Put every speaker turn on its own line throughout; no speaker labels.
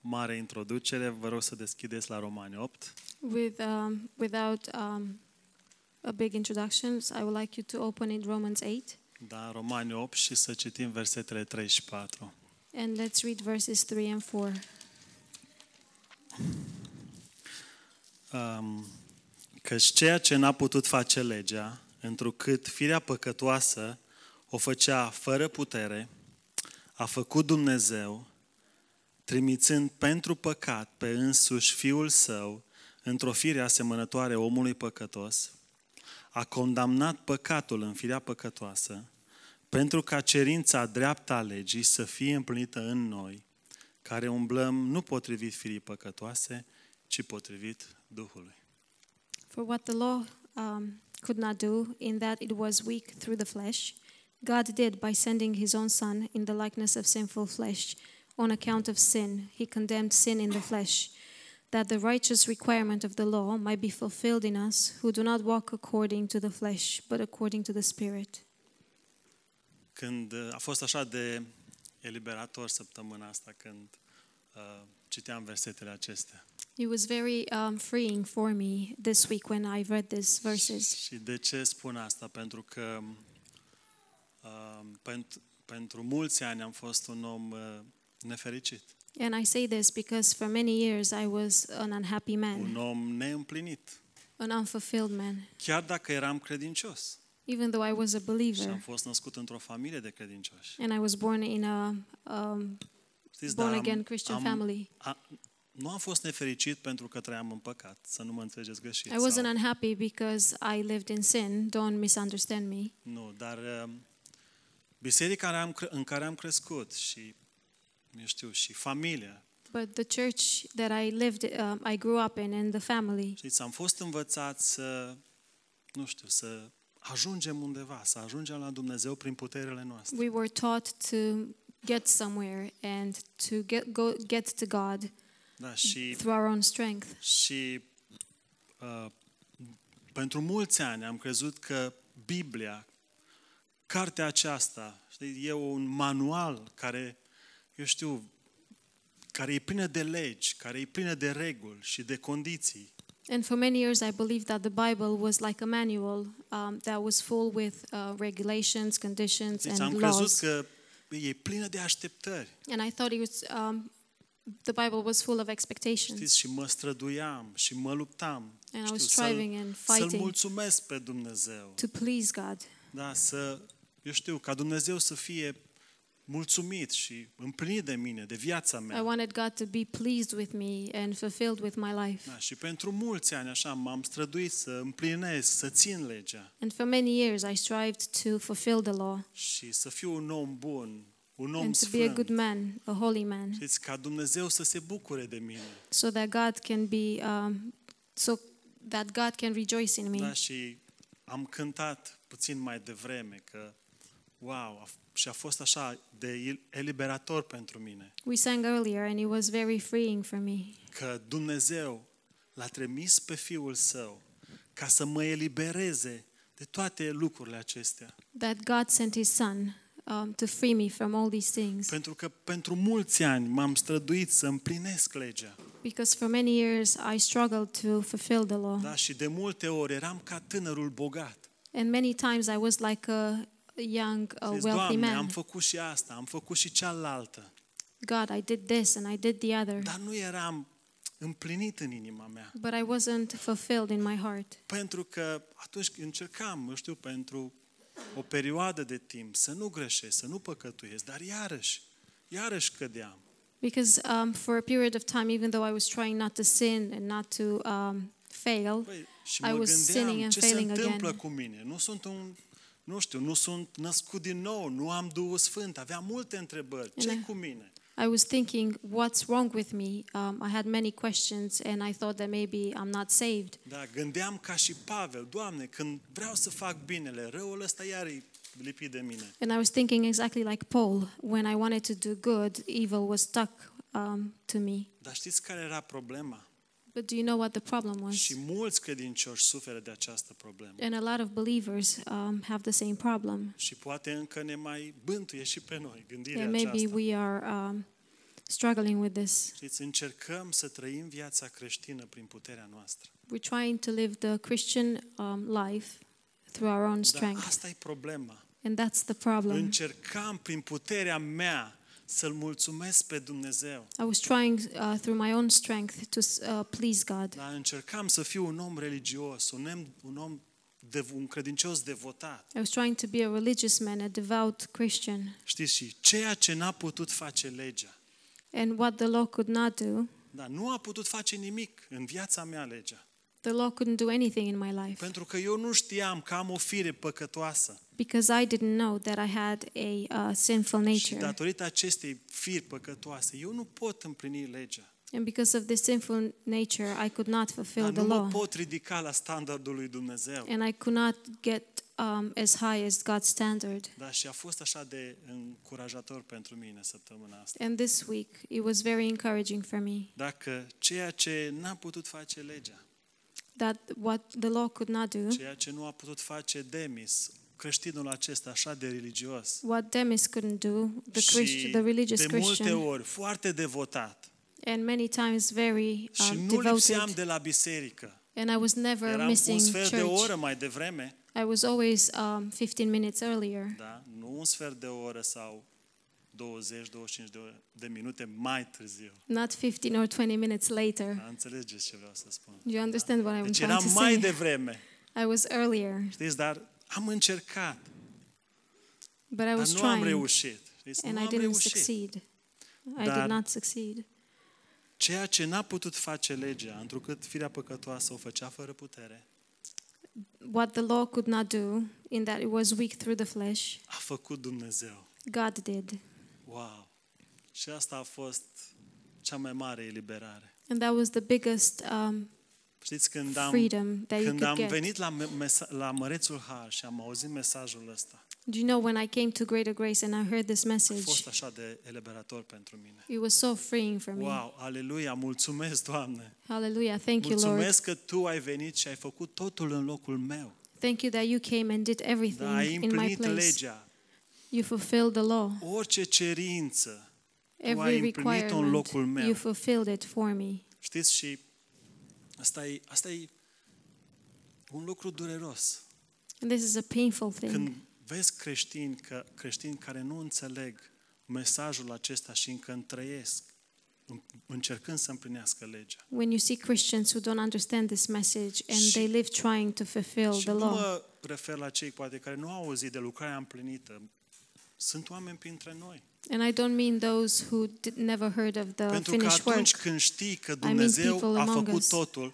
mare introducere, vă rog să deschideți la Romani 8.
With um, without um, a big introduction, I would like you to open it Romans 8
Da, Romani 8 și să citim versetele 3 și 4.
and let's read verses 3 and 4.
Um, căci ceea ce n-a putut face legea, întrucât firea păcătoasă o făcea fără putere, a făcut Dumnezeu, trimițând pentru păcat pe însuși Fiul Său, într-o fire asemănătoare omului păcătos, a condamnat păcatul în firea păcătoasă, pentru ca cerința dreaptă a legii să fie împlinită în noi, care umblăm nu potrivit firii păcătoase, ci potrivit Duhului.
For what the law um, could not do, in that it was weak through the flesh, God did by sending his own Son in the likeness of sinful flesh. On account of sin, he condemned sin in the flesh, that the righteous requirement of the law might be fulfilled in us who do not walk according to the flesh, but according to the Spirit.
Când uh, a fost așa de eliberator săptămâna asta, când uh, citeam versetele acestea.
It was very um, freeing for me this week when I read these verses.
Și de ce spun asta? Pentru că uh, pentru, pentru mulți ani am fost un om uh, nefericit,
And I say this because for many years I was an unhappy
un
man,
om neîmplinit.
an unfulfilled man.
Chiar dacă eram credincios
even though I was a
și am
believer
fost născut într-o familie de credincioși.
and I was born in a um,
Știți,
born
dar am-
again Christian
am-
family.
nu am fost nefericit pentru că trăiam în păcat, să nu mă înțelegeți greșit.
I
sau-
wasn't unhappy because I lived in sin. Don't misunderstand me.
Nu, dar um, biserica în care am cre- în care am crescut și, eu știu, și familia,
But the church that I lived, um, I grew up in, and the family,
știți, am fost învățați să, nu știu, să ajungem undeva, să ajungem la Dumnezeu prin puterele noastre.
we were taught to get somewhere and to get go get to God
Da, și,
through our own strength.
și uh, pentru mulți ani am crezut că Biblia, cartea aceasta, știi, e un manual care, eu știu, care e plină de legi, care e plină de reguli și de condiții.
And for many years, I believed that the Bible was like a manual um, that was full with uh, regulations, conditions,
Deci am
and
crezut
laws.
că e plină de așteptări.
And I thought it was um, the Bible was full of expectations,
Știți, și mă străduiam și mă luptam.
and I
știu,
was
să-l,
striving and
să-l
fighting
mulțumesc pe Dumnezeu.
to please God,
Da, să, eu știu, ca Dumnezeu să fie mulțumit și împlinit de mine, de viața
I
mea.
wanted God to be pleased with me and fulfilled with my life.
Da, și pentru mulți ani așa m-am străduit să împlinesc, să țin legea
And for many years, I strived to fulfill the law
și să fiu un om bun, un om
and to be a good
sfânt.
man, a holy man,
Știți, ca Dumnezeu să se bucure de mine.
so that God can be, um, so that God can rejoice in me.
Da, și am cântat puțin mai devreme că, wow, a f- și a fost așa de il- eliberator pentru mine,
We sang earlier, and it was very freeing for me
că Dumnezeu l-a trimis pe Fiul Său ca să mă elibereze de toate lucrurile acestea.
that God sent His Son um, to free me from all these things.
Pentru că pentru mulți ani m-am străduit să împlinesc legea.
Because for many years, I struggled to fulfill the law.
Da? Și de multe ori eram ca tânărul bogat.
And many times I was like a young, a
Zici,
Oh, wealthy
Doamne, am
man.
făcut și asta, am făcut și cealaltă.
God, I did this and I did the other.
Dar nu eram împlinit în inima mea.
But I wasn't fulfilled in my heart.
Pentru că atunci când încercam, eu știu, pentru o perioadă de timp să nu greșesc, să nu păcătuiesc, dar iarăși, iarăși cădeam.
Because um, for a period of time, even though I was trying not to sin and not to um, fail,
Păi, și
I
mă
was sinning
gândeam
and
ce se
failing
întâmplă
again.
cu mine. Nu sunt un, nu știu, nu sunt născut din nou, nu am Duhul Sfânt, aveam multe întrebări. ce
Ele-
cu mine?
I was thinking, what's wrong with me? Um, I had many questions and I thought that maybe I'm not saved.
Da, gândeam ca și Pavel, Doamne, când vreau să fac binele, răul ăsta iar e lipit de mine.
And I was thinking exactly like Paul when I wanted to do good, evil was stuck um, to me.
Dar știți care era problema?
But do you know what the problem was?
Și mulți credincioși suferă de această problemă.
And a lot of believers um, have the same problem.
Și poate încă ne mai bântuie și pe noi gândirea
And maybe
aceasta.
we are um, struggling with this.
Știți, încercăm să trăim viața creștină prin puterea noastră.
We're trying to live the Christian um, life through our own
Dar
strength.
asta e problema.
And that's the problem.
Încercam prin puterea mea să-L mulțumesc pe Dumnezeu.
I was trying uh, through my own strength to s- uh, please God.
Dar încercam să fiu un om religios, un om, un om de, un credincios devotat.
I was trying to be a religious man, a devout Christian.
Știți, și ceea ce n-a putut face legea.
And what the law could not do,
Dar nu a putut face nimic în viața mea legea.
the law couldn't do anything in my life
Pentru că eu nu știam că am o fire păcătoasă.
because I didn't know that I had a uh, sinful
Și
nature.
datorită acestei firi păcătoase, eu nu pot împlini legea.
And because of this sinful nature, I could not fulfill
Dar
the
nu mă
law.
pot ridica la standardul lui Dumnezeu.
And I could not get um, as high as God's standard.
Da, și a fost așa de încurajator pentru mine săptămâna asta.
And this week, it was very encouraging for me
Dacă ceea ce n-a putut face legea,
that what the law could not do,
ceea ce nu a putut face Demis, creștinul acesta așa de religios,
what Demis couldn't do, the,
și
Christ, the religious
de multe
Christian,
ori foarte devotat,
and many times very
și
um,
nu lipseam
devoted.
de la biserică.
And I was never
Eram cu
missing
un sfert de
church.
oră mai devreme,
I was always um, 15 minutes earlier,
da? nu un sfert de oră sau 20-25 de, ore- de minute mai târziu.
not 15 or 20 minutes later.
Da? Înțelegeți ce vreau să spun.
You understand what I'm
Deci
trying
eram
to
mai
say?
devreme,
I was earlier,
știți, dar am încercat,
but I
dar
was
nu am
trying,
reușit. Știți?
and
Nu
I
am
didn't
reușit.
succeed. I
Dar-
did not succeed.
Ceea ce n-a putut face legea, întrucât firea păcătoasă o făcea fără putere,
What the law could not do, in that it was weak through the flesh,
a făcut Dumnezeu.
God did.
Wow! Și asta a fost cea mai mare eliberare.
And that was the biggest um,
Știți, când am,
freedom that you
când
could
am
get.
venit la, me- mesa- la Mărețul Har și am auzit mesajul ăsta,
Do you know when I came to Greater Grace and I heard this
a fost
message,
așa de eliberator pentru mine.
it was so freeing for me.
Wow, aleluia, mulțumesc, Doamne!
Hallelujah. Thank you, Lord.
Mulțumesc că Tu ai venit și ai făcut totul în locul meu.
Thank you that you came and did everything
Da, ai
in my
împlinit
place.
legea,
You fulfilled the law.
orice cerință.
Every
împlinit-o în
requirement,
locul meu.
you fulfilled it for me.
Știți, și asta e, asta e un lucru dureros.
And this is a painful thing.
Când vezi creștini, că, creștini care nu înțeleg mesajul acesta și încă întrăiesc, în- încercând să împlinească legea.
When you see Christians who don't understand this message and
Și-
they live trying to fulfill
și
the
nu
law.
mă refer la cei poate care nu au auzit de lucrarea împlinită. Sunt oameni printre noi.
And I don't mean those who did, never heard of the
Pentru că
finished work.
atunci când știi că
mean
Dumnezeu
people
a
among
făcut
us.
totul,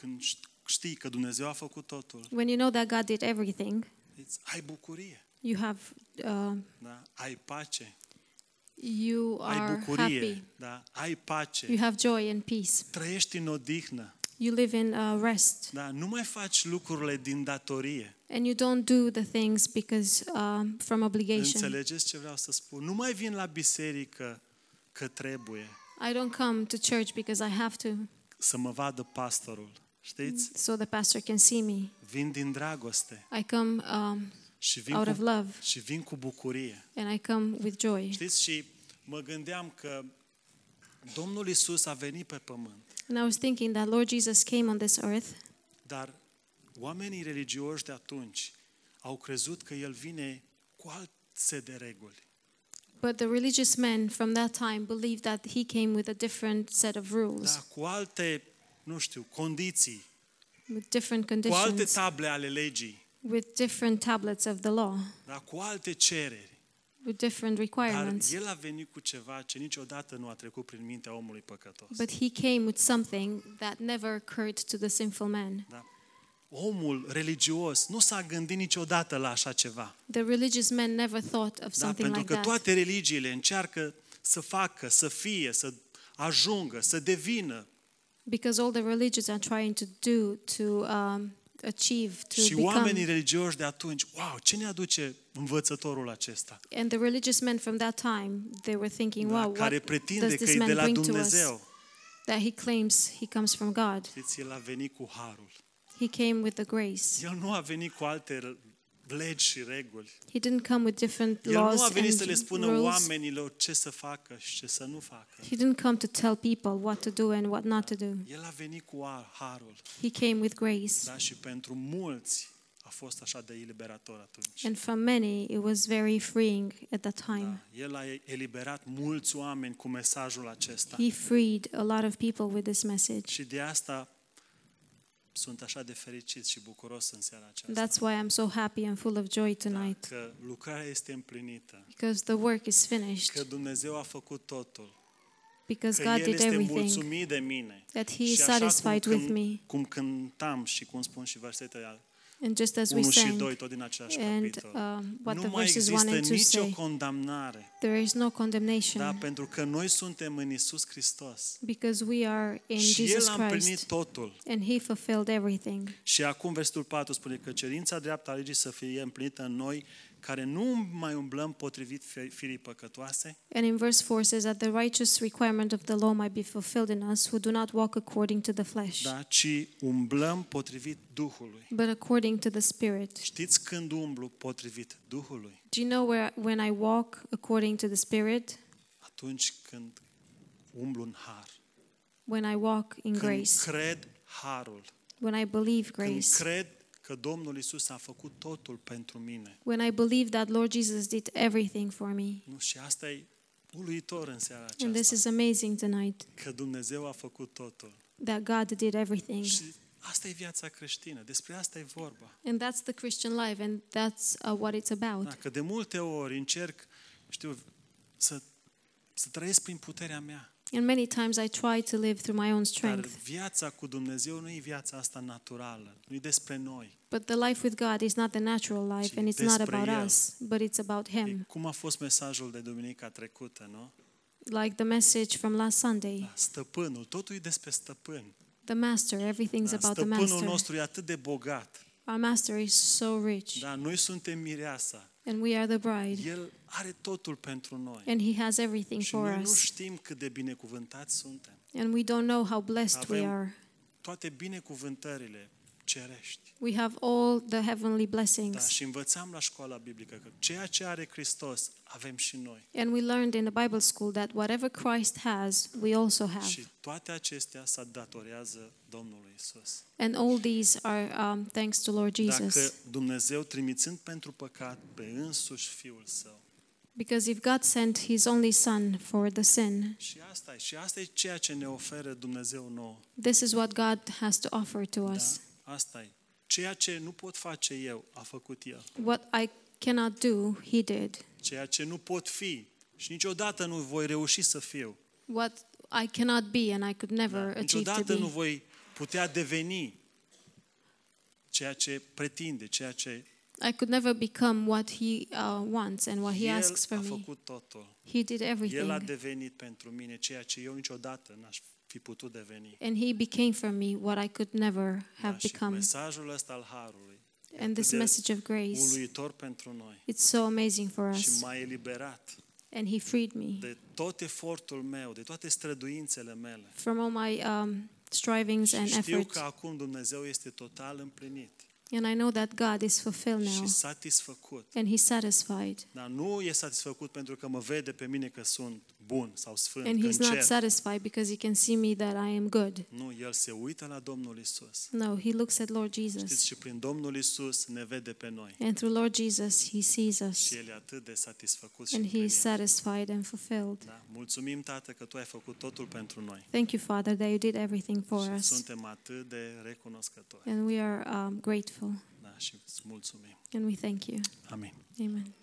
când șt- știi că Dumnezeu a făcut totul,
When you know that God did everything,
îți- ai bucurie,
you have uh,
da? ai pace,
you
ai
are
bucurie,
happy.
da? ai pace,
You have joy and peace.
trăiești în odihnă,
You live in uh, rest,
da? nu mai faci lucrurile din datorie.
and you don't do the things because um, from obligation.
Înțelegeți ce vreau să spun? Nu mai vin la biserică că trebuie
I don't come to church because I have to,
să mă vadă pastorul, știți?
so the pastor can see me.
Vin din dragoste
I come um,
și vin,
Mm. out of
cu,
love,
și vin cu bucurie.
and I come with joy.
Știți, și mă gândeam că Domnul Isus a venit pe pământ,
And I was thinking that Lord Jesus came on this earth,
dar oamenii religioși de atunci au crezut că El vine cu alt set de reguli.
but the religious men from that time believed that he came with a different set of rules,
Da, cu alte, nu știu, condiții,
with different
cu alte
conditions,
table ale legii,
with different tablets of the law,
da, cu alte cereri.
with different
Dar
requirements.
el a venit cu ceva ce niciodată nu a trecut prin mintea omului păcătos.
But he came with something that never occurred to the sinful man.
Omul religios nu s-a gândit niciodată la așa ceva.
The religious man never thought of
Da,
something
pentru
like
că
that.
toate religiile încearcă să facă, să fie, să ajungă, să devină.
Because all the religions are trying to do, to um, achieve, to
și oamenii
become.
religioși de atunci, wow, ce ne aduce învățătorul acesta?
And the religious men from that time, they were thinking,
Da,
wow,
care
what
pretinde
does
că e
this
de
man
la
bring to us
Dumnezeu.
that he claims he comes from God?
Știți, el a venit cu harul.
He came with the grace.
El nu a venit cu alte r- legi și reguli.
He didn't come with different
El nu
laws
a venit să le
and
spună
rules.
oamenilor ce să facă și ce să nu facă.
He didn't come to tell people what to do and what not to do.
El a venit cu har- harul,
He came with grace.
da? Și pentru mulți a fost așa de eliberator atunci.
And for many, it was very freeing at that time.
Da. El a eliberat mulți oameni cu mesajul acesta.
He freed a lot of people with this message.
Și de asta sunt așa de fericit și bucuros în seara aceasta. Da,
That's why I'm so happy and full of joy tonight.
Că lucrarea este împlinită,
Because the work is finished.
că Dumnezeu a făcut totul,
Because
că
God
El
did
este
everything.
mulțumit de mine.
That He
și
is
așa
satisfied
cum, cânt-
with me.
cum cântam și cum spun și versetele
And just as we
1 și
sang,
2, tot din același
and
capitol.
um, what
nu
the
mai
verses
există
1 and 2
nicio
say,
condamnare,
there is no
da?
condemnation
pentru că noi suntem în Isus Hristos.
because we are in
și
Jesus
El a împlinit
Christ.
totul.
And He fulfilled everything.
Și acum versetul 4 spune că cerința dreaptă a legii să fie împlinită în noi, care nu mai umblăm potrivit fi- firii păcătoase,
And in verse 4 says that the righteous requirement of the law might be fulfilled in us who do not walk according to the flesh,
da? ci umblăm potrivit Duhului.
but according to the Spirit.
Știți când umblu potrivit Duhului?
Do you know where when I walk according to the Spirit?
Atunci când umblu în har.
When I walk in
Când
grace,
cred harul.
when I believe
Când
grace,
cred că Domnul Isus a făcut totul pentru mine.
when I believe that Lord Jesus did everything for me.
Nu, și asta e uluitor în seara
And this
aceasta,
is amazing tonight
că Dumnezeu a făcut totul.
that God did everything.
Și asta e viața creștină, despre asta e vorba.
And that's the Christian life, and that's uh, what it's about.
Da, că de multe ori încerc, știu, să, să trăiesc prin puterea mea.
And many times I try to live through my own
Dar
strength,
viața cu Dumnezeu nu e viața asta naturală, nu e despre noi.
but the life with God is not the natural life,
Și
and it's not
despre
about
El.
us, but it's about
E
Him.
cum a fost mesajul de duminica trecută, nu?
Like the message from last Sunday
Da, stăpânul, totul e despre stăpân.
the Master, everything's
Da,
about the
stăpânul
Master.
nostru e atât de bogat.
Our Master is so rich,
Da, noi suntem mireasa.
and we are the bride,
El are totul pentru noi.
and He has everything
Și
for
noi nu
us,
știm cât de binecuvântați suntem.
and we don't know how blessed we
Avem-
are.
Toate binecuvântările cerești.
We have all the heavenly
Da,
blessings.
și învățam la școala biblică că ceea ce are Hristos avem și noi.
And we learned in the Bible school that whatever Christ has, we also have.
Și toate acestea se datorează Domnului Isus.
And all these are um, thanks to Lord
Dacă
Jesus.
Dumnezeu trimițând pentru păcat pe însuși Fiul Său.
Because if God sent His only Son for the sin,
Și asta e, și asta e ceea ce ne oferă Dumnezeu nouă.
this is what God has to offer to
Da?
us.
Asta e. Ceea ce nu pot face eu, a făcut El.
What I cannot do, He did.
Ceea ce nu pot fi și niciodată nu voi reuși să fiu.
What I cannot be and I could never achieve to
Niciodată nu
be.
voi putea deveni ceea ce pretinde, ceea ce
I could never become what He uh, wants and what He
El
asks
a
for me.
făcut totul.
He did
El a
everything.
devenit pentru mine ceea ce eu niciodată n-aș fi putut deveni.
And He became for me what I could never
Da,
have
și
become.
mesajul ăsta al Harului,
And this
de
message of grace,
uluitor pentru noi
it's so amazing for
și
us.
m-a eliberat
And He freed me.
de tot efortul meu, de toate străduințele mele.
from all my um, strivings
Și
and
știu că
efforts.
acum Dumnezeu este total împlinit
And I know that God is fulfilled now
și satisfăcut.
and He's satisfied.
Dar nu e satisfăcut pentru că mă vede pe mine că sunt bun sau sfânt,
And
că
He's not
încerc.
satisfied because He can see me that I am good.
Nu, El se uită la Domnul Isus.
No, He looks at Lord
Știți,
Jesus.
și prin Domnul Isus ne vede pe noi.
And through Lord Jesus, He sees us.
Și El e atât de satisfăcut și
And He
împlinit.
is satisfied and fulfilled.
Da? Mulțumim, Tată, că Tu ai făcut totul pentru noi.
Thank you, Father, that you did everything for
și
us.
suntem atât de recunoscători.
And we are um, grateful.
Da? Și îți mulțumim.
And we thank you.
Amin.
Amen.